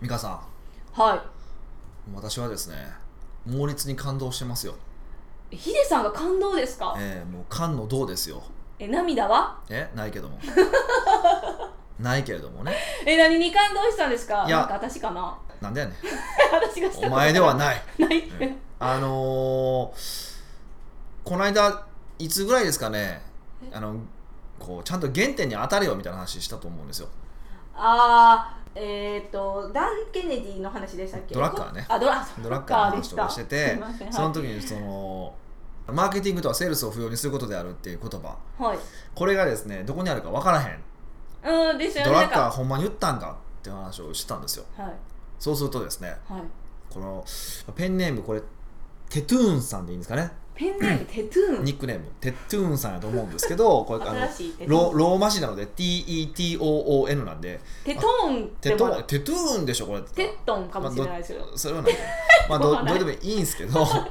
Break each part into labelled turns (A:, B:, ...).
A: 美香さ
B: は
A: ん私はですね猛烈に感動してますよ
B: い。ヒデさんが感動ですか
A: えー、もう感のどうですよ
B: え、涙は
A: えないけども ないけれどもね
B: え、何に感動したんですか
A: いや
B: なんか私かな
A: なんだよねん
B: 私がしたこと
A: お前ではない
B: ない。ない、
A: うんあのー、この間いつぐらいですかね
B: え
A: あのこうちゃんと原点に当たれよみたいな話したと思うんですよ
B: あー、えっ、ー、と、ダン・ケネディの話でしたっけ
A: ドラッカーね
B: あ、ドラ
A: ドラッカーの話とか
B: で
A: して
B: す
A: て
B: いません
A: その時にそのマーケティングとはセールスを不要にすることであるっていう言葉
B: はい。
A: これがですねどこにあるか分からへん
B: はい、うん、ですよね。
A: ドラッ
B: な
A: カー
B: ん
A: ほんまに打ったんかっていう話をしてたんですよ
B: かはい。
A: そうするとですね
B: はい。
A: このペンネームこれテトゥーンさんでいいんですかね
B: ペンネー ム、テトゥーン。
A: ニックネームテトゥーンさんやと思うんですけ どこれあの
B: 新しいテト
A: ロ
B: ゥーン。
A: ローマ字なので TETOON なんで
B: テトーンって
A: テ
B: も
A: ト
B: あ
A: ゥ
B: る
A: テトゥーンでしょこれ
B: テットンかもしれないですけど。
A: それはなんかまあ
B: どう
A: ど
B: も
A: ど
B: な
A: う
B: い
A: でもいいんですけ どそこ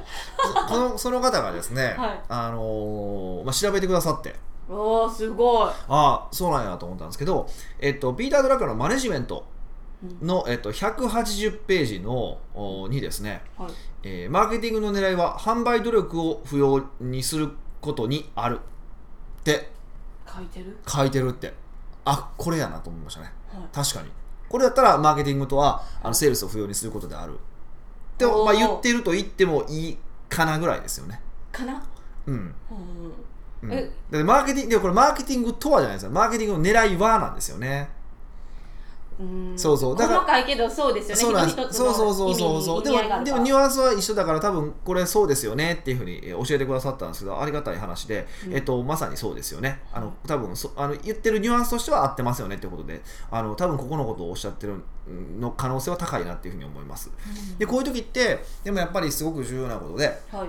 A: のその方がですね、
B: はい
A: あのーまあ、調べてくださって
B: おー、すごい。
A: ああそうなんやと思ったんですけど、えっと、ピーター・ドラッカーのマネジメント
B: うん
A: の、えっと、180ページのおにですね、
B: はい。
A: えーマーケティングの狙いは販売努力を不要にすることにあるって
B: 書いてる
A: 書いてるってあこれやなと思いましたね
B: はい。
A: 確かにこれだったらマーケティングとはあのセールスを不要にすることであるでも、
B: お
A: ま
B: ー
A: あ、言ってると言ってもいいかなぐらいですよね
B: かな
A: うん、
B: うん。
A: うん、
B: え
A: でマーケティングでもこれマーケティングとはじゃないですよマーケティングの狙いはなんですよね
B: うん
A: そうそうだ
B: だ
A: から
B: 細かいけどそうですよね
A: そうなんです
B: 一つ
A: そうそうそうそうそう
B: で
A: で
B: もでも
A: もでもニュアンスは一緒だから多分これそうですよねっていうふうにえー教えてくださったんですけどありがたい話で、
B: うん
A: えっと、まさにそうですよねあ
B: は
A: の多分そあの言ってるニュアンスとしては合ってますよねってことであの多分ここのことをおっしゃってるんの可能性は高いなっていうふうに思いますでこういう時ってでもやっぱりすごく重要なことで
B: はい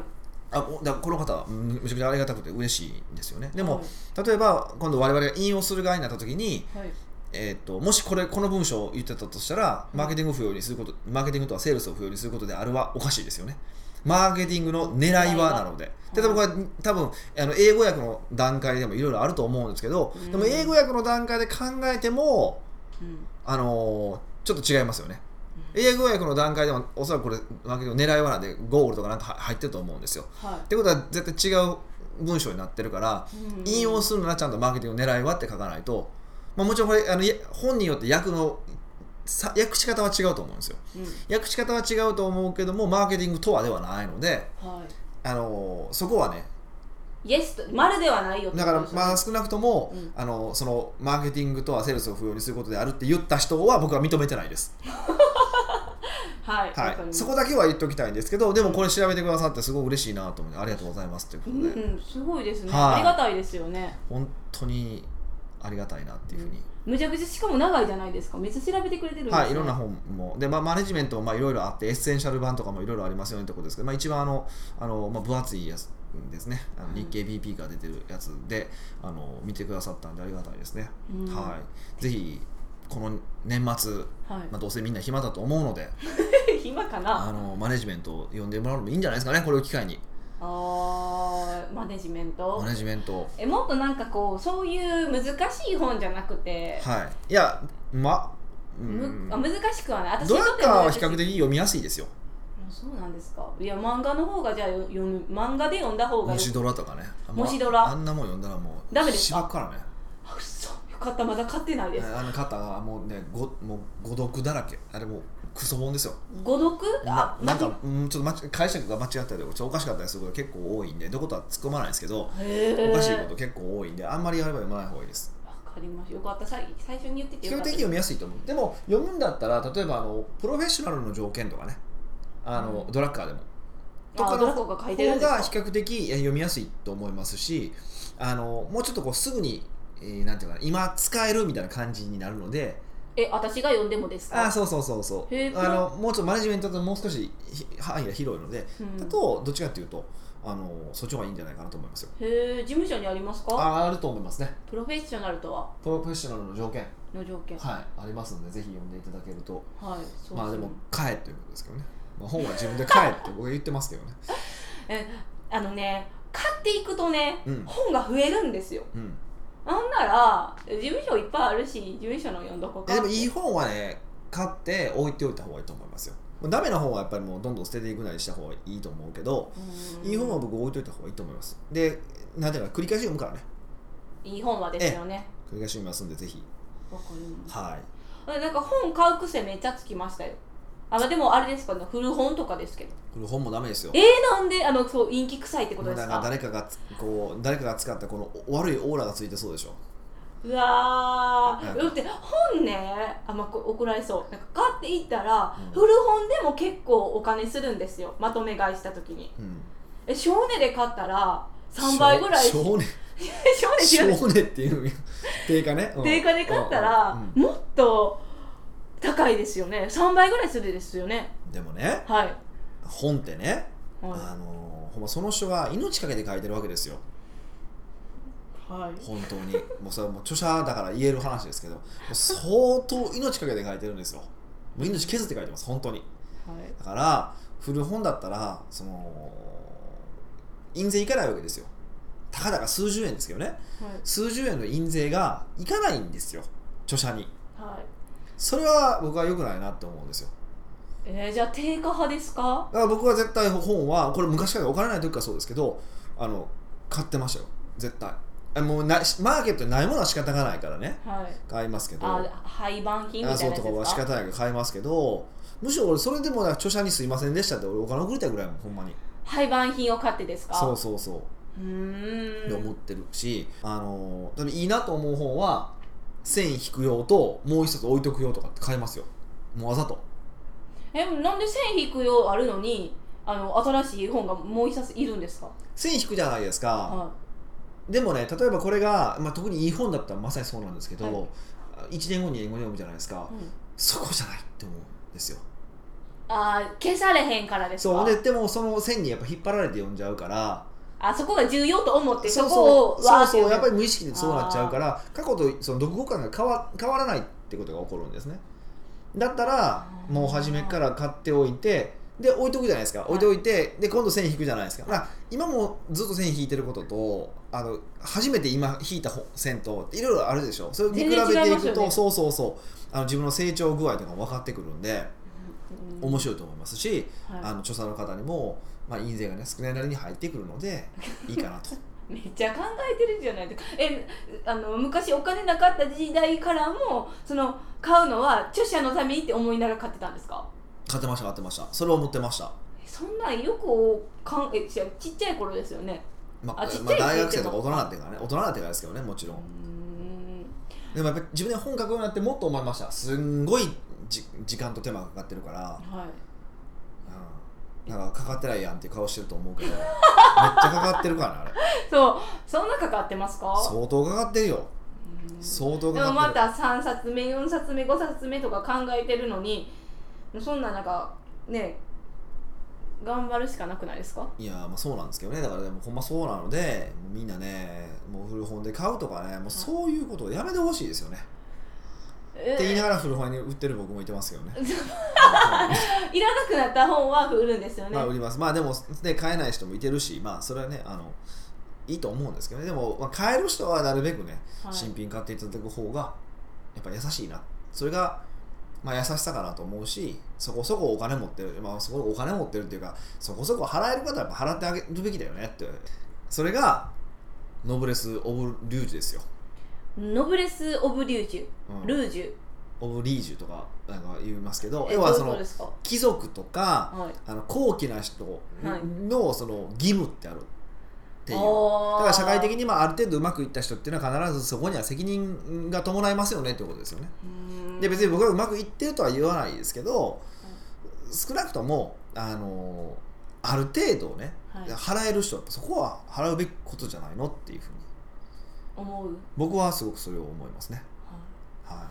A: あこだからこの方はうんめちゃくちゃありがたくて嬉しいんですよねでも、
B: はい
A: 例えば今度我々が引用する側になった時に、
B: はい
A: えー、ともしこれこの文章を言ってたとしたらマーケティングを不要にすることマーケティングとはセールスを不要にすることであるはおかしいですよねマーケティングの狙い
B: 狙い
A: は
B: は
A: なのでで多分これ多分あの英語訳の段階でもいろいろあると思うんですけど
B: うん
A: でも英語訳の段階で考えても
B: うん
A: あのーちょっと違いますよね
B: う
A: 英語訳の段階でもおそらくこれマーケティングの狙いはなんでゴールとかなんかは入ってると思うんですよ
B: は
A: ってことは絶対違う文章になってるから
B: いうん
A: 引用するならちゃんとマーケティングの狙いはって書かないと、まあ、もちろんこれあのや本によって訳のさ訳し方は違うと思うんですよ
B: うん
A: 訳し方は違うと思うけどもマーケティングとはではないので、
B: は
A: あのそこはね
B: いイエスと丸ではないよって
A: だ
B: こ
A: から
B: とですよね
A: まあ少なくとも、
B: うん
A: あのそのマーケティングとはセールスを不要にすることであるって言った人は僕は認めてないです、
B: はいわ
A: は
B: かりま
A: い、
B: す
A: そこだけは言っておきたいんですけどでもこれ調べてくださってすごい嬉しいなと思ってありがとうございますというこ
B: う
A: と
B: ん
A: で、
B: うんすごいですね
A: はい
B: ありがたいですよね
A: 本当にありがたいなっていうふうに
B: むちゃくちゃしかも長いじゃないですかめっちゃ調べてくれてるんですね
A: はい、いろんな本もで、まあ、マネジメントもまあいろいろあってエッセンシャル版とかもいろいろありますよねってことですけど、まあ、一番あのあの、まあ、分厚いやつですねあの
B: はい
A: 日経 BP が出てるやつであの見てくださったんでありがたいですね、
B: うん
A: はい、ぜひこの年末、
B: はい
A: ま あ、どうせみんな暇だと思うので
B: 暇か
A: あ
B: な
A: のマネジメントを呼んでもらうのもいいんじゃないですかねこれを機会に
B: あーマネジメント
A: マネジメント
B: えもっとなんかこうそういう難しい本じゃなくて
A: はいいやまう
B: む
A: ん
B: あ難しくはない私
A: ド
B: に
A: ラ
B: とっ
A: ッ
B: て
A: カー
B: は
A: は比較的読みやすいですよ
B: そうなんですかいや漫画の方がじゃあよ読む漫画で読んだ方が
A: も
B: よ
A: しドラとかねあんま
B: もしドラ
A: あんなもん読んだらもう
B: ダメですか
A: しばくからね
B: あ嘘よかったまだ買ってないです
A: あの方はもうねごもう誤読だらけあれもうクソ本ですよ
B: 誤読あ
A: ななんか
B: ま
A: うんちょっと間違解釈が間違ったりとかちょっとおかしかったりすることが結構多いんでどことは突っ込まないんですけど
B: じへー
A: おかしいこと結構多いんであんまりやれば読まない方がいいです
B: わかりましたよかったさい最初に言ってて
A: 比
B: よ
A: 較
B: かっ
A: 的
B: た
A: 読みやすいと思うでも読むんだったら例えばあのプロフェッショナルの条件とかねあの、
B: うん
A: ドラッカーでもと
B: あ
A: か
B: ど
A: の
B: こ
A: 方
B: か
A: が
B: が書
A: 比
B: いてるんですか
A: 較的読みやすいと思いますしあのもうちょっとこうすぐに、えーなんていうかな今使えるみたいな感じになるので
B: え私が読んでもですか
A: あそうそうそうそう
B: へー
A: あのもうちょっとマネジメントだともう少しひ範囲が広いので、
B: うん
A: だとどっちかっていうとあのそっちの方がいいんじゃないかなと思いますよ
B: へえ事務所にありますか
A: ああると思いますね
B: プロフェッショナルとは
A: プロフェッショナルの条件
B: の条件はい、
A: はいありますのでぜひ読んでいただけると
B: そうそう
A: まあでも「買え」ということですけどね、まあ、本は自分で「買え」って僕は言ってますけどね
B: あのね買っていくとね、
A: うん
B: 本が増えるんですよ
A: うん
B: なんなら事務所いっぱいあるし事務所の読んどこか
A: えでもいい本はね買って置いておいた方がいいと思いますよもうダメな方はやっぱりもうどんどん捨てていくなりした方がいいと思うけどいい本は僕置いといた方がいいと思いますでなんていうか繰り返し読むからね
B: いい本はですよね
A: 繰り返し読みますんでぜひ
B: わかります
A: はい
B: あなんか本買う癖めっちゃつきましたよあまあでもあれですかね古本とかですけど
A: これ本もダメですよ
B: えー、なんであのそう陰気臭いってこと
A: もう
B: です
A: だから
B: か
A: 誰かがつこう誰かが使ったこのお悪いオーラがついてそうでしょ
B: うわ
A: う
B: ー
A: ん
B: だって本ねあ、まあ、こ怒られそうなんか買っていったら、
A: うん
B: 古本でも結構お金するんですよまとめ買いした時に
A: うん
B: え少年で買ったら3倍ぐらい少
A: 少年
B: 年知ら ない
A: 少年っていう定価ねうん
B: 定価で買った
A: う
B: ら
A: ん
B: もっと高いですよね3倍ぐらいするですよね
A: うんでもね
B: はい、
A: 本ってねあ
B: は
A: のーほんまその人が命かけて書いてるわけですよ
B: いはい、
A: 本当にもうそれはもう著者だから言える話ですけどもう相当命かけて書いてるんですよもう命削って書いてます本当に
B: はい
A: だから古本だったらその印税いかないわけですよたかだか数十円ですけどね
B: はい
A: 数十円の印税がいかないんですよ著者に
B: はい
A: それは僕は良くないなって思うんですよ
B: えー、じゃあ定価派ですか
A: だから僕は絶対本はこれ昔からお金ない時からそうですけどあの買ってましたよ絶対あもうなマーケットにないものは仕方がないからね
B: はい
A: 買いますけど
B: あ廃盤品みたいなやつ
A: そ
B: で
A: うと
B: す
A: かは仕
B: か
A: 方ないから買いますけどむしろ俺それでもな著者にすいませんでしたって俺お金送りたいぐらいもんほんまに
B: 廃盤品を買ってですか
A: そうそうそうう
B: ー
A: って
B: ん
A: 思ってるし、あの多分いいなと思う本は線引く用ともう一冊置いとく用とかって買いますよもうわざと
B: えなんで線引くようあるのにあの新しい本がもう一冊いるんですか
A: 線引くじゃないですか、
B: は
A: でもね例えばこれが、まあ、特にいい本だったらまさにそうなんですけど、
B: はい
A: 1年後2年後に読むじゃないですか、
B: い、うん、
A: そこじゃないって思うんですよ
B: あー消されへんからですか
A: そうででもその線にやっぱ引っ張られて読んじゃうから
B: あそこが重要と思って
A: そ
B: そうこ
A: そ
B: を
A: う
B: わ
A: そ
B: ー
A: う
B: って
A: そうやっぱ
B: 読む
A: り無意識でそうなっちゃうから過去とその読後感が変わ変わらないってことが起こるんですねだったら
B: ー
A: もう初めから買っておいてで置いとくじゃないですか置いておいて、で今度線引くじゃないですかまあ今もずっと線引いてることとあの初めて今引いたほ線といろいろあるでしょそれを見比べ
B: 全然
A: て
B: 違
A: い
B: います
A: く
B: よ
A: と
B: ね
A: そうそうそうあの自分の成長具合とかも分かってくるんで
B: うん
A: 面白いと思いますし、
B: はい
A: あの著者の方にも、まあ、印税がね少ないなりに入ってくるのでいいかなと。
B: めっちゃ考えてるじゃないですかえあの昔お金なかった時代からもその買うのは著者のためにって思いながら買ってたんですか
A: 買ってました買ってましたそれを思ってました
B: えそんなんよくかんえちちっちゃい頃ですよね
A: まあ
B: あちっちゃい
A: まあ、大学生
B: 時って
A: と
B: こ
A: か大人
B: と
A: になってからね大人になってからですけどねもち
B: う
A: ろ
B: ー
A: ん
B: ん
A: でもやっぱり自分で本書くようになってもっと思いましたすんごいじ時間と手間がかかってるから、
B: はい
A: うん、なんかかかってないやんっていう顔してると思うけどめっちゃかかってるからねあれ
B: そうそんなかかってますか
A: 相当かかってるよ
B: うーん
A: 相当か
B: でも
A: か
B: ま
A: ってる
B: た3冊目4冊目5冊目とか考えてるのにそんななんかね頑張るしかなくないですか
A: いやまあそうなんですけどねだからでもほんまそうなのでもうみんなねもう古本で買うとかねもうそういうことをやめてほしいですよね、
B: え
A: って言いながら古本に売ってる僕もいてますけどね
B: いらなくなった本は売るんですよね、
A: まあ売りますまあでもで買えない人もいてるしまあそれはねあのいいと思うんですけどねでも、まあ、買える人はなるべくね、
B: はい
A: 新品買っていただく方がやっぱ優しいなそれが、まあ、優しさかなと思うしそこそこお金持ってる、まあ、そこお金持ってるっていうかそこそこ払える方はやっぱ払ってあげるべきだよねってそれがノブレス・オブ・リュージュですよ、
B: ノブレス・オブ・リュージ
A: うん
B: ュルージュ
A: オブ・リージュとかなんか言いますけど
B: え
A: 要
B: どう
A: は
B: いう
A: そ
B: こと
A: の
B: ですか
A: 貴族とか、
B: はい
A: あの高貴な人のその義務ってあるっていう、
B: おー
A: だから社会的にまあある程度うまくいった人っていうのは必ずそこには責任が伴いますよねってことですよね。
B: うーん
A: で別に僕はうまくいってるとは言わないですけど少なくともあのある程度ね
B: はい
A: 払える人はそこは払うべきことじゃないのっていうふうに
B: 思う、
A: 僕はすごくそれを思いますね。
B: は
A: はい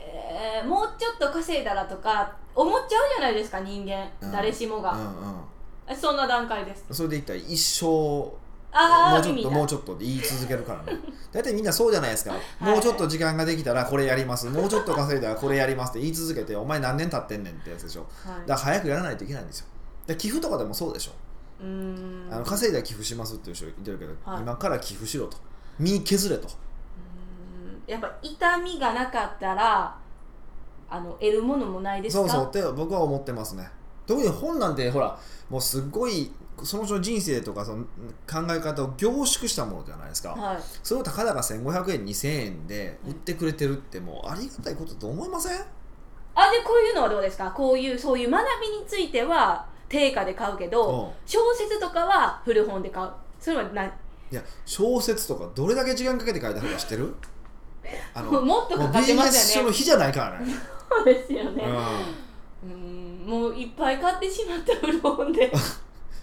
B: えーもうちょっと稼いだらとか思っちゃうじゃないですか人間、
A: うん
B: 誰しも
A: い
B: が、
A: うんうん
B: そんな段階です
A: それでいったら一生も
B: あ
A: う
B: あ
A: ちょっ
B: 耳
A: と
B: だ
A: もうちょっとで言い続けるからね 大体みんなそうじゃないですか、もうちょっと時間ができたらこれやりますもうちょっと稼いだらこれやりますって言い続けてお前何年経ってんねんってやつでしょ
B: は
A: だか
B: い
A: ら早くやらないといけないんですよで寄付とかでもそうでしょ、
B: うーん
A: あの稼いだら寄付しますっていう人いてるけど、
B: はい
A: 今から寄付しろと身削れと
B: うーんやっぱ痛みがなかったらあの得るものもないです
A: そ
B: か
A: うそうって僕は思ってますね特に本なんてほらもうすっごいその人の人生とかその考え方を凝縮したものじゃないですか、
B: はい、
A: それをたかだか1500円2000円で売ってくれてるってもうありがたいことと思いません
B: あでこういうのはどうですかこういうそういう学びについては定価で買うけど
A: うん
B: 小説とかは古本で買うそれはない
A: いや小説とかどれだけ時間かけて書いたのか知って るあの
B: もうもっと
A: も
B: か
A: う
B: かってま
A: BS
B: す
A: 書
B: よ
A: の
B: ね
A: 日じゃないからね、
B: そうですよ
A: うん
B: ね、うんもういっぱい買ってしまった古本で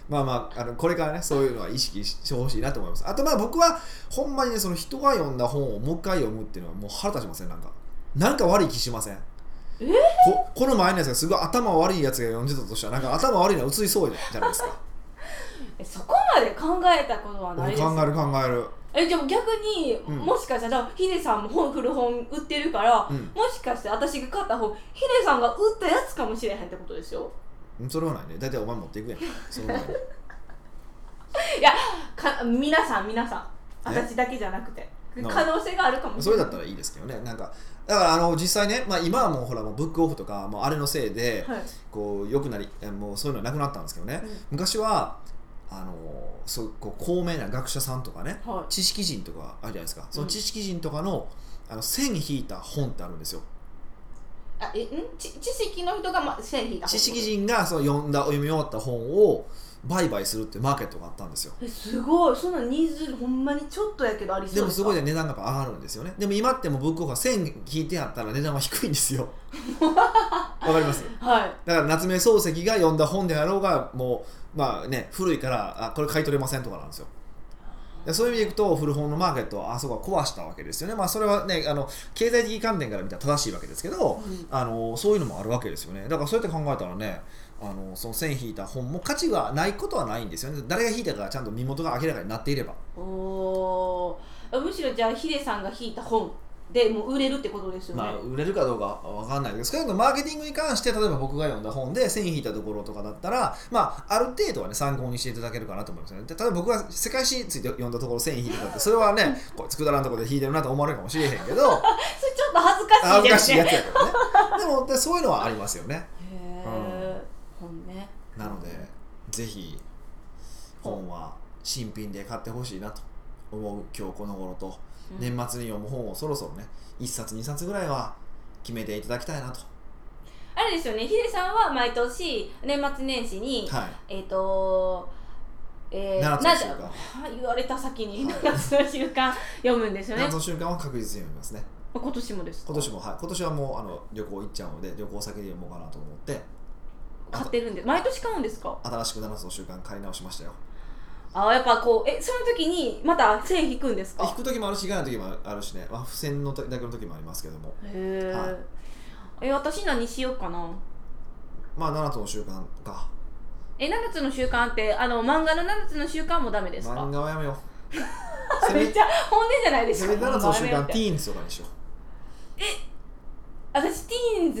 A: まあまああのこれからねそういうのは意識してほしいなと思いますあとまあ僕はほんまにねその人が読んだ本をもう一回読むっていうのはもう腹立ちませんなんかなんか悪い気しません
B: え
A: ここの前のやつがすごい頭悪いやつが読んでたとしたらなんか頭悪いのは映りそうじゃないです か
B: そこまで考えたことはない
A: 俺
B: です
A: 考える考える
B: えでも逆に、
A: うん
B: もしかしたらヒデさんも本古本売ってるから、
A: うん
B: もしかして私が買った本ヒデさんが売ったやつかもしれへんってことですよ
A: うんそれはないね大体お前持っていくやんその前に
B: か皆さん皆さん
A: え
B: 私だけじゃなくて
A: なんか
B: 可能性があるかもし
A: そ
B: れ
A: れ
B: な
A: だ
B: い
A: ったらいいですけどねなんかだからあの実際ね、まあ、今はもうほらもうブックオフとかもうあれのせいで
B: はい
A: こう良くなりえもうそういうのはなくなったんですけどね昔はあのそうこう高名な学者さんとかね
B: うんはい
A: 知識人とかあるじゃないですかその知識人とかの,、あの線引いた本ってあるんですよ
B: あえんち知識の人が、ま、線引いた
A: 知識人がその読んだ読み終わった本を売買するっていうマーケットがあったんですよ
B: えすごいそんなニーズほんまにちょっとやけどありそう
A: でもそこ
B: で
A: で値段がやっぱ上がるんですよねでも今ってもうブックオフは線引いてあったら値段は低いんです よわかります
B: すかはい
A: だから夏目漱石が読んだ本であろうがもうまあね古いからあこれ買い取れませんとかなんですよでそういう意味でいくと古本のマーケットはあそこは壊したわけですよねまあそれはねあの経済的観点から見たら正しいわけですけど
B: うん
A: あのそういうのもあるわけですよねだからそうやって考えたらねあのその線引いた本も価値がないことはないんですよね誰が引いたかがちゃんと身元が明らかになっていれば
B: おーむしろじゃあヒデさんが引いた本でもう売れるってことですよね、
A: まあ、売れるかどうかわかんないけど少なくともマーケティングに関して例えば僕が読んだ本で線引いたところとかだったら、まあ、ある程度は、ね、参考にしていただけるかなと思いますよねで例えば僕が世界史について読んだところ線引いてたってそれはねこいつくだらんところで引いてるなと思われるかもしれへんけ ど
B: それちょっと恥ずかし
A: 恥ず
B: いで
A: か
B: す
A: しい
B: ね
A: やつやけどねでもでそういうのはありますよね
B: へえ、本ね
A: なのでぜひ本は新品で買ってほしいなと思う今日この頃と
B: うん
A: 年末に読む本をそろそろね1冊2冊ぐらいは決めていただきたいなと。
B: あれですよねヒデさんは毎年年末年始に、
A: はい
B: えっ、とえー、
A: 七つの
B: なん
A: 習慣
B: だあ言われた先に
A: はい
B: 7つの習慣読むんですよね
A: 夏の瞬間は確実に読みますね
B: 今年もですか
A: 今年もはい今年はもうあの旅行行っちゃうので旅行先で読もうかなと思って
B: 買ってるんで毎年買うんですか
A: 新しく7つの習慣買い直しましたよ
B: あやっぱこうえその時にまた線引くんですか
A: 引く時もあるし引かない時もあるしね、まあ、付箋の時だけの時もありますけども
B: へえ、
A: はい
B: え私何しようかな
A: まあ7つの習慣か
B: え7つの習慣ってあの漫画の7つの習慣もダメです
A: 漫
B: か
A: 画はやめよ う
B: めっちゃ本音じゃないです
A: せ
B: か
A: めて7つの習
B: 漫画や
A: 慣
B: って
A: ティーンズとかにしよう
B: 私ティーンズ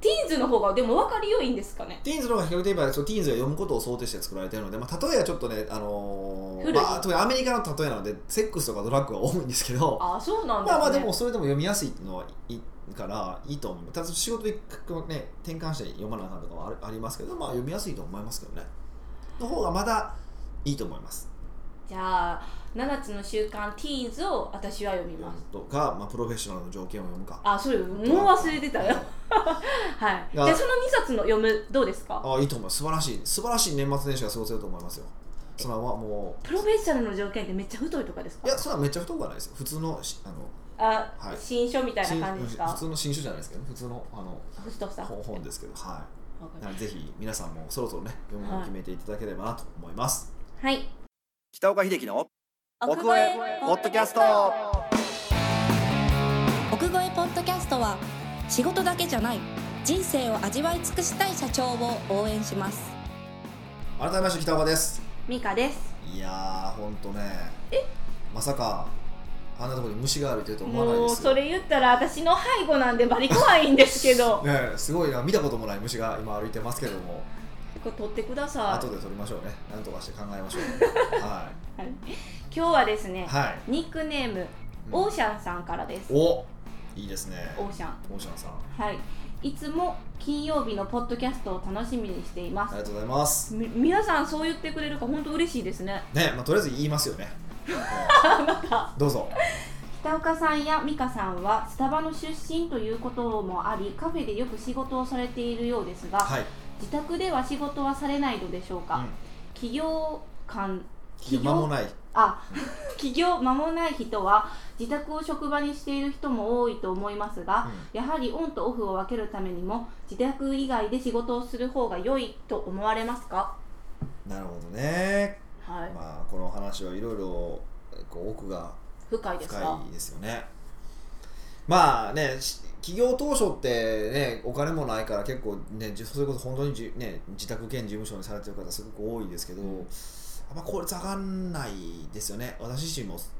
B: ティーンズの方がでも分かり良いんですかね
A: ティーンズの方が比較的言えばそのティーンズが読むことを想定して作られているので、まあ、例えはちょっとね、あのー
B: 古い
A: まあ、特にアメリカの例えなのでセックスとかドラッグが多いんですけど
B: あそうなんです
A: まあまあ
B: ね
A: でもそれでも読みやすいのはいいからいいと思う。ただ仕事でこうね転換して読まなあかんとかはあるありますけど、まあ読みやすいと思いますけどね。の方がまだいいと思います。
B: じゃあ7つの習慣ティーンズを私は読みます、
A: とか、まあ、プロフェッショナルの条件を読むか。
B: あそれもう忘れてたよ はいじゃあその2冊の読むどうですか
A: ああいいと思います。素晴らしい。素晴らしい年末年始が過ごせると思いますよ。それはも
B: プロフェッショナルの条件ってめっちゃ太いとかです
A: う。
B: か
A: いや、それはめっちゃ太くはないですよ。普通のしあの
B: あ、
A: はい
B: 新書みたいな感じです
A: 新普
B: か
A: 通の新書じゃないですけど、普通のあの
B: 太さ
A: 本本
B: で
A: ですけど、はい。なのでぜひ皆さんもそろそろね読むのを決めていただければなと思います。
B: はい
A: 北岡秀樹の奥越えポッドキャスト
C: 奥越えポッドキャストは仕事だけじゃない人生を味わい尽くしたい社長を応援します
A: 改めまして北岡です
B: ミカです
A: いやーほんとねまさかあんなところに虫が歩いてると思わない
B: も
A: で
B: う
A: すよ
B: それ言ったら私の背後なんでバリ怖いんですけど
A: ねえすごいな見たこともない虫が今歩いてますけども
B: これ取ってください
A: 後で撮りましょうねなんとかして考えましょ うは
B: はい今日はです
A: い
B: ね、
A: はい
B: ニックネーム
A: うん
B: オーシャンさんからです。
A: おいいですね
B: オーシャン。
A: オーシャンさん
B: はい。いつも金曜日のポッドキャストを楽しみにしていま
A: あ
B: す
A: りがとうございます
B: み皆さんそう言ってくれるか本当嬉しいですね
A: ねまあとりあえず言いますよ ねうんどうぞ
B: 北岡さんや美香さんはスタバの出身ということもありカフェでよく仕事をされているようですが、
A: はい、
B: 自宅では仕事はされないのでしょうか、企業間
A: うん、間もない
B: あ起業間もない人は自宅を職場にしている人も多いと思いますが、やはりオンとオフを分けるためにも自宅以外で仕事をする方が良いと思われますか
A: なるほどね
B: はい、
A: まあこの話はいろいろこう奥が
B: 深いですか
A: 深いですよねまあねし企業当初ってねお金もないから結構ねじそれこそ本当にじ、ね、自宅兼事務所にされてる方すごく多いですけど、
B: うん
A: あんま効率上がんないですよね私自身もす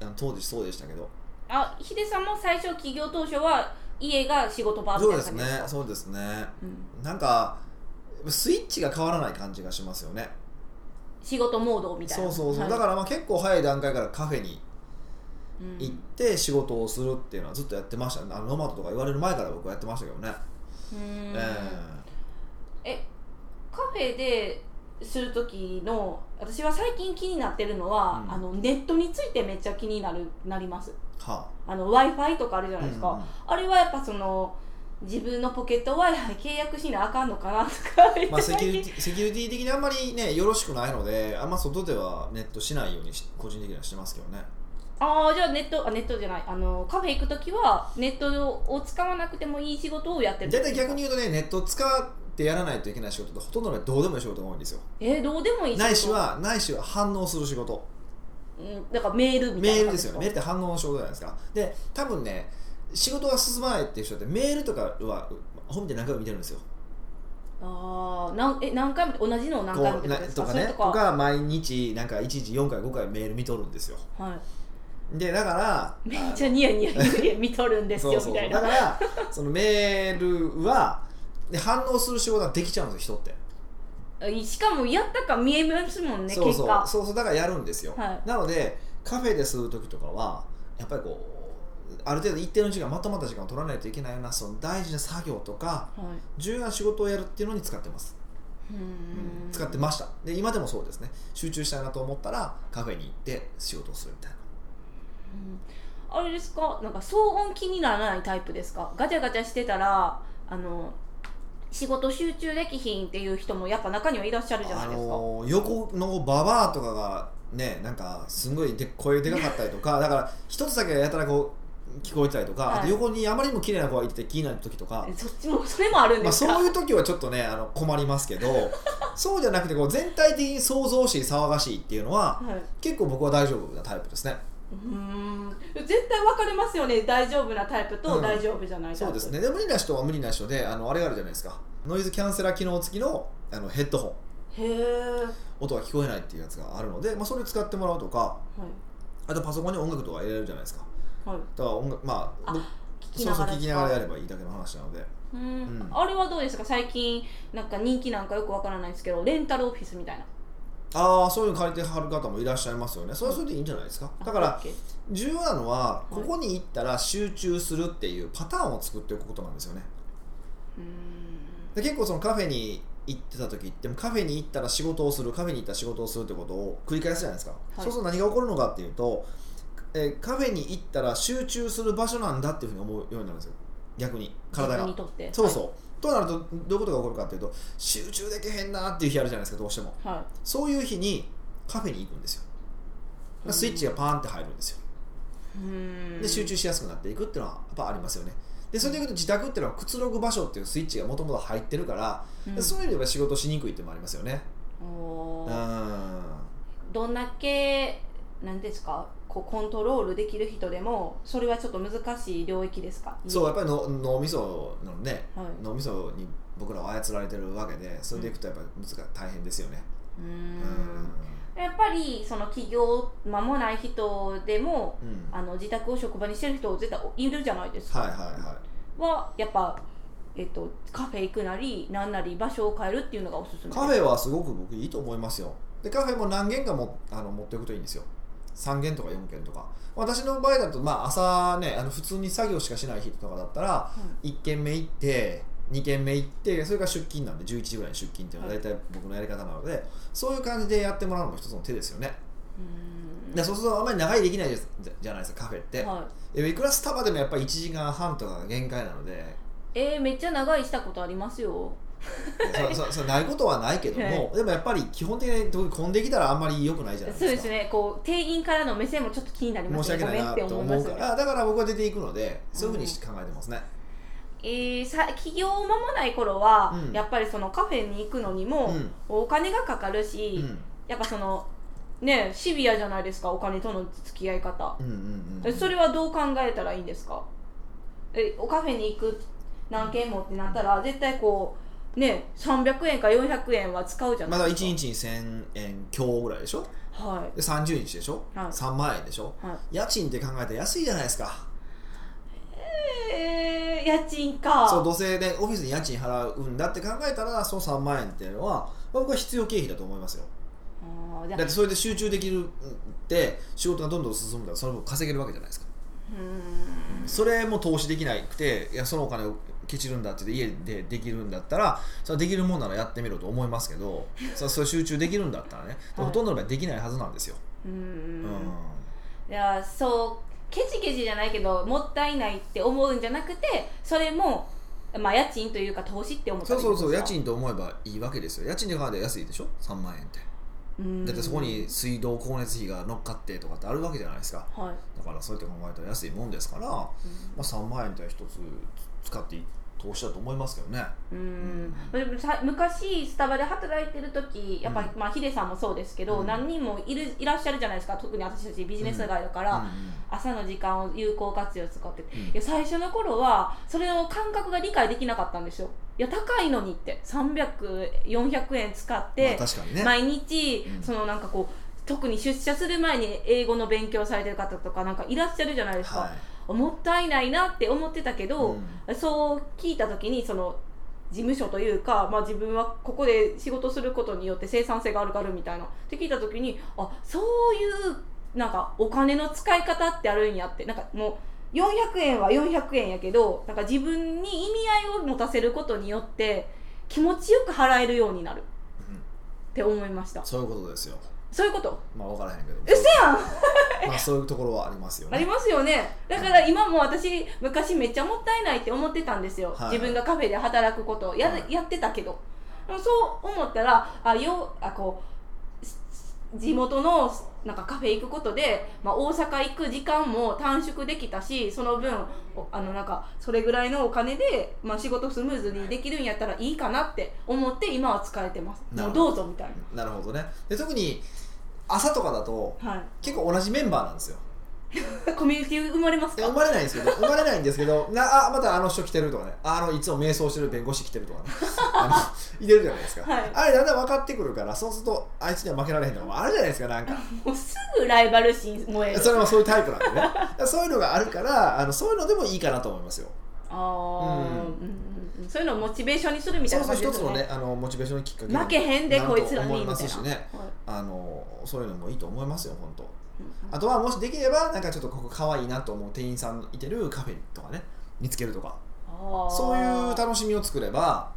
A: あの当時そうでしたけど
B: あヒデさんも最初起業当初は家が仕事場みたい
A: そう
B: な
A: です
B: 感
A: ね
B: じですか
A: そうですね
B: うん
A: なんかスイッチが変わらない感じがしますよね
B: 仕事モードみたいな
A: そうそうそう、
B: はい
A: だからまあ結構早い段階からカフェに
B: うん
A: 行って仕事をするっていうのはずっとやってましたねあのノマドとか言われる前から僕はやってましたけどね、
B: うーん
A: ええ
B: えカフェでする時の私は最近気になってるのは、
A: うん
B: あのネットについてめっちゃ気になるなります
A: は
B: あの w i f i とかあるじゃ
A: あ、
B: ないですか、
A: うんうん
B: あれはやっぱその自分のポケット w i f i 契約しなあかんのかなとかめっち
A: まあ、
B: ゃ
A: セキュ
B: 最
A: リ
B: 近
A: ティセキュリティ的にあんまりねよろしくないのであんま外ではネットしないようにし個人的にはしてますけどね
B: ああじゃあネットあネットじゃないあのカフェ行く時はネットを使わなくてもいい仕事をやってる
A: 大体逆に言うとねネットを使ってやらないといけない仕事ってほとんどねどうでもいい仕事が多いんですよ
B: えーどうでもいい仕事
A: ないしはないしは反応する仕事
B: うんだからメールみたいな
A: メールですよねメール
B: ね
A: って反応の仕事じゃないですかで多分ね仕事が進まないっていう人ってメールとかは本で何回も見てるんですよ
B: ああなんえ何回も同じのを何回
A: こ
B: もっ
A: う
B: て
A: な
B: ことです
A: と
B: か
A: か
B: それ
A: ね
B: と
A: と
B: か
A: か毎日なんか1日4回5回メール見とるんですよ
B: はい
A: でだから
B: めっちゃニヤニヤニヤニヤ見とるんで す
A: そう
B: よ
A: そう
B: みたい
A: だ
B: な。
A: からそのメールはで反応する仕事ができちゃうんですよ人って
B: しかもやったか見えますもんね、
A: そう
B: 結
A: そう
B: 果。
A: そうそうだからやるんですよ、
B: は
A: なのでカフェでする時とかはやっぱりこうある程度一定の時間まとまった時間を取らないといけないようなその大事な作業とか
B: はい
A: 重要な仕事をやるっていうのに使ってます、
B: う
A: うん
B: ん
A: 使ってましたで今でもそうですね集中したいなと思ったらカフェに行って仕事をするみたいな
B: うんあれですかなんか騒音気にならないタイプですかガチャガチャしてたらあの仕事集中できひんっていう人もやっぱ中にはいらっしゃるじゃな
A: あ
B: いですか、
A: のー横のババアとかがねなんかすんごいで声でかかったりと かだから一つだけやたらこう聞こえたりとか、
B: はい
A: あと横にあまりにも綺麗な子がいてて気になる時とか
B: え、そっちもそれもあるん
A: ま
B: で
A: あ、
B: すか、
A: そういう時はちょっとねあの困りますけ どそうじゃなくてこう全体的に騒々しい騒がしいっていうのは
B: はい、
A: 結構僕は大丈夫なタイプですね
B: うーん絶対分かれますよね大丈夫なタイプと
A: うん
B: 大丈夫じゃないタイプ、
A: そうですねで無理な人は無理な人であのあれがあるじゃないですかノイズキャンセラー機能付きのあのヘッドホン
B: へえ、はい、
A: 音が聞こえないっていうやつがあるので、まあ、それ使ってもらうとかあとパソコンに音楽とか入れられるじゃないですか
B: はい、
A: だから音楽まあ
B: あ
A: ど
B: 聞き
A: そう
B: な
A: そう
B: がら
A: 聞きながらやればいいだけの話なので
B: うん
A: うん
B: あれはどうですか最近なんか人気なんかよくわからないですけどレンタルオフィスみたいな
A: ああそういうの借りてはる方もいらっしゃいますよねそれはそれでいいんじゃないですかだか
B: あ
A: ら
B: OK
A: 重要なのは
B: うん
A: ここに行ったら集中するっていうパターンを作っておくことなんですよね
B: うーん
A: で結構そのカフェに行ってた時ってもカフェに行ったら仕事をするカフェに行ったら仕事をするってことを繰り返すじゃないですか、
B: い
A: そうすると何が起こるのかっていうと、えーカフェに行ったら集中する場所なんだっていうふうに思うようになるんですよ逆に体
B: 自
A: が
B: 分にとって
A: そうそう、となるとどういうことが起こるかっていうと集中できへんなーっていう日あるじゃないですかどうしても
B: はい、は
A: そういう日にカフェに行くんですよ
B: うん
A: スイッチがパーンって入るんですよ
B: い、うーん
A: で集中しやすくなっていくっていうのはやっぱありますよねでそれでいうと自宅っていうのはくつろぐ場所っていうスイッチがもともと入ってるから、
B: うん
A: でそういう意味では仕事しにくいっていうのもありますよね
B: お
A: う
B: ー
A: ん
B: どんだけなんですかこうコントロールできる人でもそれはちょっと難しい領域ですか
A: そうやっぱりの脳みそのね
B: はい
A: 脳みそに僕らは操られてるわけでそれでいくとやっぱ難大変ですよね
B: うー
A: うんん
B: やっぱりその起業間もない人でも
A: うんは
B: あの自宅を職場にしてる人絶対いるじゃないです
A: い
B: か、
A: はいはい
B: はやっぱ、えっと、カフェ行くなりなんなり場所を変えるっていうのがおすすめ
A: カフェはすごく僕いいと思いますよでカフェも何軒かもあの持っていくといいんですよ3件とか4件とか私の場合だと、まあ、朝ねあの普通に作業しかしない日とかだったら1件目行って2件目行ってそれから出勤なんで11時ぐらいに出勤っていうのが大体僕のやり方なのでそういう感じでやってもらうのも一つの手ですよね
B: うん
A: でそうするとあんまり長いできないですじゃじゃないですかカフェって、、
B: はい
A: くらスタバでもやっぱり1時間半とかが限界なので
B: い、えー、めっちゃ長いしたことありますよ
A: そそそないことはないけども、
B: はい
A: でもやっぱり基本的に混んできたらあんまり良くないじゃない
B: そう
A: で
B: ですす
A: か
B: ねこう店員からの目線もちょっと気になりま
A: 申
B: す
A: し
B: ね
A: 訳ない
B: ごめん
A: な
B: って
A: と
B: 思
A: 思
B: いま
A: う
B: す
A: か
B: ね
A: らだから僕は出ていくのでそういうふうに考えてますね、
B: えー、さ起業間もない頃は、
A: うん
B: やっぱりそのカフェに行くのに
A: う
B: も、
A: ん
B: お金がかかる
A: うん
B: し、
A: うん
B: やっぱそのねシビアじゃないですかお金との付き合い方、
A: うんうんう
B: え
A: ん
B: それはどう考えたらいいんですかえおカフェに行く何件もってなったら絶対こうね300円か400円は使うじゃな
A: ま
B: い
A: だ1
B: ですか、
A: 日に1000円強ぐらいでしょ
B: はい
A: で30日でしょ、
B: はい
A: 3万円でしょ、
B: は
A: 家賃って考えたら安いじゃないですか
B: えー、家賃か
A: そう土星でオフィスに家賃払うんだって考えたらその3万円っていうのは僕は必要経費だと思いますよ
B: あーじゃあ
A: だってそれで集中できるって仕事がどんどん進むんだからその分稼げるわけじゃないですか
B: うーん
A: それも投資できなくていやそのお金をケチるんだって言って家でできるんだったらそれはできるもんならやってみろと思いますけ どそれそれ集中できるんだったらね、
B: はい
A: ほとんどの場合できないはずなんですよ、
B: うー
A: うんん
B: いやそうケチケチじゃないけどもったいないって思うんじゃなくてそれもまあ家賃というか投資って思った
A: そ
B: ら
A: う
B: いい
A: そうそう
B: で
A: 家
B: すか
A: 賃と思えばいいわけですよ家賃で考えたら安いでしょ3万円って
B: うーん
A: だってそこに水道光熱費が乗っかってとかってあるわけじゃないですか
B: はい
A: だからそうやって考えたら安いもんですから、まあ、3万円って一つ使って投資だと思いますけどね
B: うんでもさ昔スタバで働いてる時やっぱり、
A: う
B: まあ、ヒデさんもそうですけど、
A: うん
B: 何人もいるいらっしゃるじゃないですか特に私たちビジネス街だから、
A: うん
B: 朝の時間を有効活用使ってて
A: うん
B: いや最初の頃はそれの感覚が理解できなかったんですよいや高いのにって300400円使っ
A: ま
B: て
A: あ、確かにね、
B: 毎日、
A: うん
B: そのなんかこう特に出社する前に英語の勉強されてる方とかなんかいらっしゃるじゃないですか、
A: はい
B: もったいないなって思ってたけど、
A: うん
B: そう聞いた時にその事務所というか、まあ、自分はここで仕事することによって生産性が上がるみたいなって聞いた時にあそういうなんかお金の使い方ってあるんやってなんかもう400円は400円やけどなんか自分に意味合いを持たせることによって気持ちよく払えるようになるって思いました
A: そういうことですよ
B: そういうこと
A: まあ分からへんけど
B: うっせやん
A: まあそういうところはありますよ
B: あり
A: ね
B: ますよねだから今も私昔めっちゃもったいないって思ってたんですよ、
A: はい
B: 自分がカフェで働くことをや,、
A: はい
B: やってたけどでもそう思ったらあよあこうし地元のなんかカフェ行くことで、まあ、大阪行く時間も短縮できたしその分おあのなんかそれぐらいのお金で、まあ、仕事スムーズにできるんやったらいいかなって思って今は使えてます
A: な
B: も
A: る
B: う
A: ほど
B: どうぞみたい
A: なるほどねで特に朝とかだと
B: な、はい、
A: 結構同じメンバーなんですよ
B: コミュニティ生まれます
A: で
B: か
A: 生まれないんですけど生まれないんですけどなあまたあの人来てるとかねああのいつも瞑想してる弁護士来てるとかねあのいてるじゃないですか、
B: はい
A: あれだんだん分かってくるからそうするとあいつには負けられへんとかもあるじゃないですかなんか
B: もうすぐライバル心燃える
A: それはそういうタイプなんでねだからそういうのがあるからあのそういうのでもいいかなと思いますよ
B: あ
A: うん
B: ーうんうんそういうのをモチベーションにするみたい
A: そう
B: な
A: そう
B: 感
A: 一つ
B: じです
A: の
B: よ
A: ね
B: ね。
A: あのモチベーションのきっかけに
B: 負けへんで
A: なると
B: こいつらに
A: 思い
B: み
A: ま
B: たい
A: す
B: な
A: し。ね
B: はい
A: あのそういうのもいいと思いますよ本当
B: うん
A: あとはもしできればなんかちょっとここ可愛いなと思う店員さんいてるカフェとかね見つけるとか
B: あー
A: そういう楽しみを作れば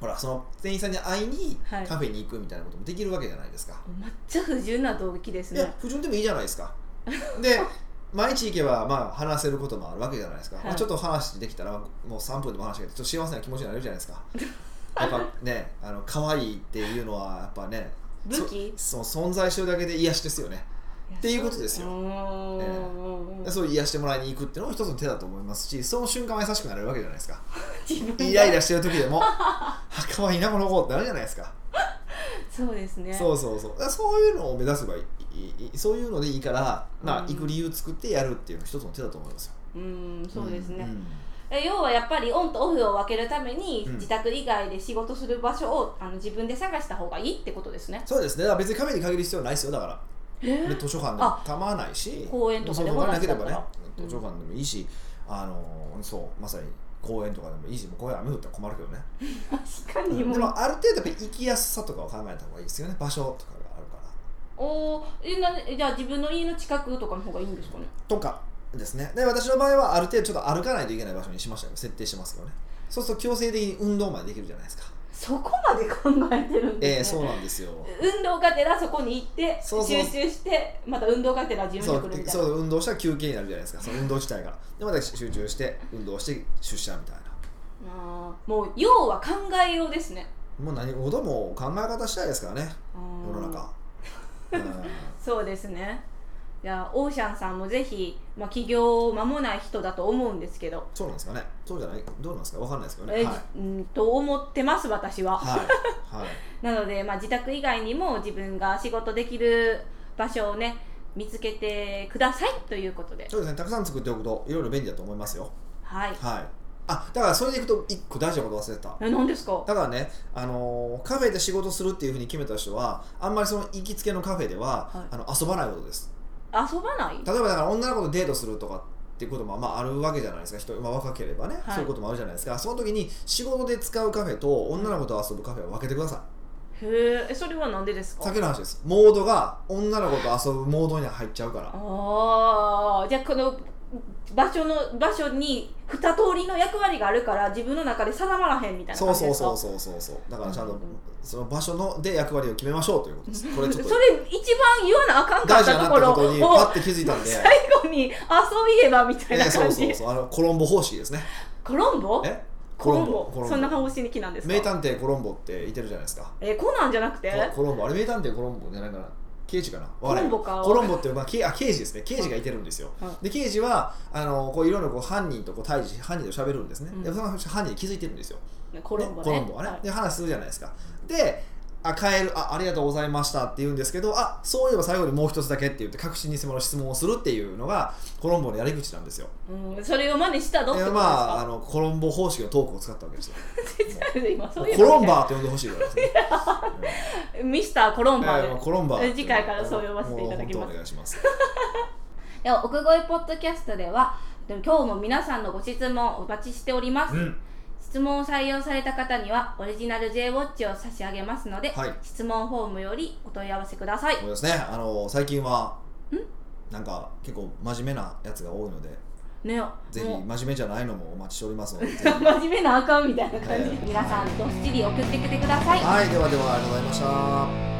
A: ほらその店員さんに会いに
B: はい
A: カフェに行くみたいなこともできるわけじゃないですか、
B: めっちゃ不純な動機です
A: いや
B: ね。
A: 不純でもいいじゃないです かで毎日行けばまあ話せることもあるわけじゃないですか、まあ
B: はい
A: ちょっと話できたらもう3分でも話ができてちょっと幸せな気持ちになれるじゃない ですかやっぱねあの可愛いっていうのはやっぱね
B: 武器
A: そその存在してるだけで癒しですよねっていうことですよ
B: うーん
A: ええでそういう癒してもらいに行くっていうのも一つの手だと思いますしその瞬間は優しくなれるわけじゃないです か
B: 自分が
A: イライラしてる時でもあ可愛いなこの子ってなるじゃないですか、
B: そうですね。
A: そうそうそうだからそういうのを目指せばいいいいそういうのでいいから、まあ、
B: うん
A: 行く理由作ってやるっていうのが一つの手だと思いますよ
B: うーん、そうですね。
A: んん
B: え要はやっぱりオンとオフを分けるために、
A: うん
B: 自宅以外で仕事する場所をあの自分で探した方がいいってことですね。
A: そうですねだから別にカフェに限る必要はないですよだからで図書館でも
B: あ
A: 構わないし
B: 公園とかで
A: そ
B: も
A: うそうなければ
B: な
A: ね
B: んかったら
A: 図書館でもいいし、あのそうまさに公園とかでもいいしもう公園雨降ったら困るけどね
B: 確か
A: で
B: にもう。
A: もある程度やっぱり行きやすさとかを考えた方がいいですよね場所とかがあるから
B: おーえなじゃあ自分の家の近くとかの方がいいんですかね
A: とかですねで私の場合はある程度ちょっと歩かないといけない場所にしましたけど設定してますけどねそうすると強制的に運動までできるじゃないですか
B: そこまで考えてるん
A: ええ
B: です、
A: そ
B: ね
A: うなんですよ
B: 運動がてらそこに行って
A: そうそう
B: 収集してまた運動がてら自
A: そ
B: 分で
A: う
B: 来るみたい
A: そ
B: な
A: う運動したら休憩になるじゃないですかその運動自体がでまた集中して運動して出社みたいな
B: あーもう要は考えようですね
A: もう何事も考え方次第ですからね
B: 世
A: 世の中うん
B: そうですねじゃあオーシャンさんもぜひ、まあ、起業を間もない人だと思うんですけど、
A: そうなんですかねそうじゃないどうなんですかわかんないですけど
B: え
A: ねはい
B: うんと思ってます私は、
A: はい、はい
B: なので、まあ、自宅以外にも自分が仕事できる場所をね見つけてくださいということで
A: そうですね、たくさん作っておくといろいろ便利だと思いますよ。
B: はい
A: はい。あ、だからそれでいくと一個大事なこと忘れてた。
B: え何ですか
A: だからね、あのーカフェで仕事するっていうふうに決めた人は、あんまりその行きつけのカフェでは、
B: はい
A: あの遊ばないことです。
B: 遊ばない
A: 例えばだから女の子とデートするとかっていうこともまああるわけじゃないですか人、まあ、若ければね、
B: はい
A: そういうこともあるじゃないですかその時に仕事で使うカフェと女の子と遊ぶカフェは分けてくださ
B: へーえそれはなんでです
A: い
B: か
A: 先の話ですモードが女の子と遊ぶモードに入っちゃうから
B: ああじゃあこの場所の場所に二通りの役割があるから自分の中で定まらへんみたいな
A: そ
B: 感
A: う
B: じ
A: そ
B: で
A: う
B: すか
A: そうそうそうそうだからちゃん
B: う
A: と
B: んうんうん
A: その場所ので役割を決めましょうということですこれちょっと
B: それ一番言わなあかん
A: 大
B: かっ
A: 事
B: た
A: だな
B: と
A: っ
B: こ
A: てこ
B: ろ
A: とにパッ
B: を
A: て気づいたんで、
B: 最後に「あそういえば」みたい
A: え
B: な
A: ーそ
B: 感
A: うそう
B: じ
A: そうあのコロンボ方式ですね
B: コロンボ
A: え
B: コロンボ
A: コロンボ
B: そんな顔しに来なんですか
A: 名探偵コロンボっていてるじゃないですか
B: えーコナンじゃなくて
A: ココロンボあれ名探偵コロンボじゃないかな刑事かな
B: コロンボか
A: コロンボっていう、まあ、けあ刑事ですね刑事がいてるんですよ、
B: はい
A: で刑事はあのこういろんなこう犯人とこう対峙し犯人と喋るんですね、
B: うん
A: でその犯人に気づいてるんですよ
B: コロンボね
A: コロンボはね、
B: はい
A: で話するじゃないですかであ帰るあありがとうございましたって言うんですけどあそういえば最後にもう一つだけって言って確信に迫る質問をするっていうのがコロンボのやり口なんですよ
B: うん、それを真似したどって
A: え
B: こ
A: ー
B: とです
A: まああ
B: か、
A: のコロンボ方式のトークを使ったわけですよ
B: 今そういう
A: コ
B: の
A: ロンバーって呼んでほしいぐらいで すね、
B: ミスターコロ
A: え
B: ンバーで、
A: ーコロンバー
B: 次回からそう呼ばせていただきます
A: もう本当お願いします
B: では奥越ポッドキャストではでも今日も皆さんのご質問をお待ちしております、
A: うん
B: 質問を採用された方にはオリジナル J ウォッチを差し上げますので、
A: はい
B: 質問フォームよりお問い合わせください
A: そうですね。あの最近はなんか結構真面目なやつが多いので、
B: ね
A: ぜひ
B: もう
A: 真面目じゃないのもお待ちしておりますので。ぜひ
B: 真面目なあかんみたいな感じ、
A: ええ
B: 皆さんどっしり送ってきてください
A: はい、ではではありがとうございました。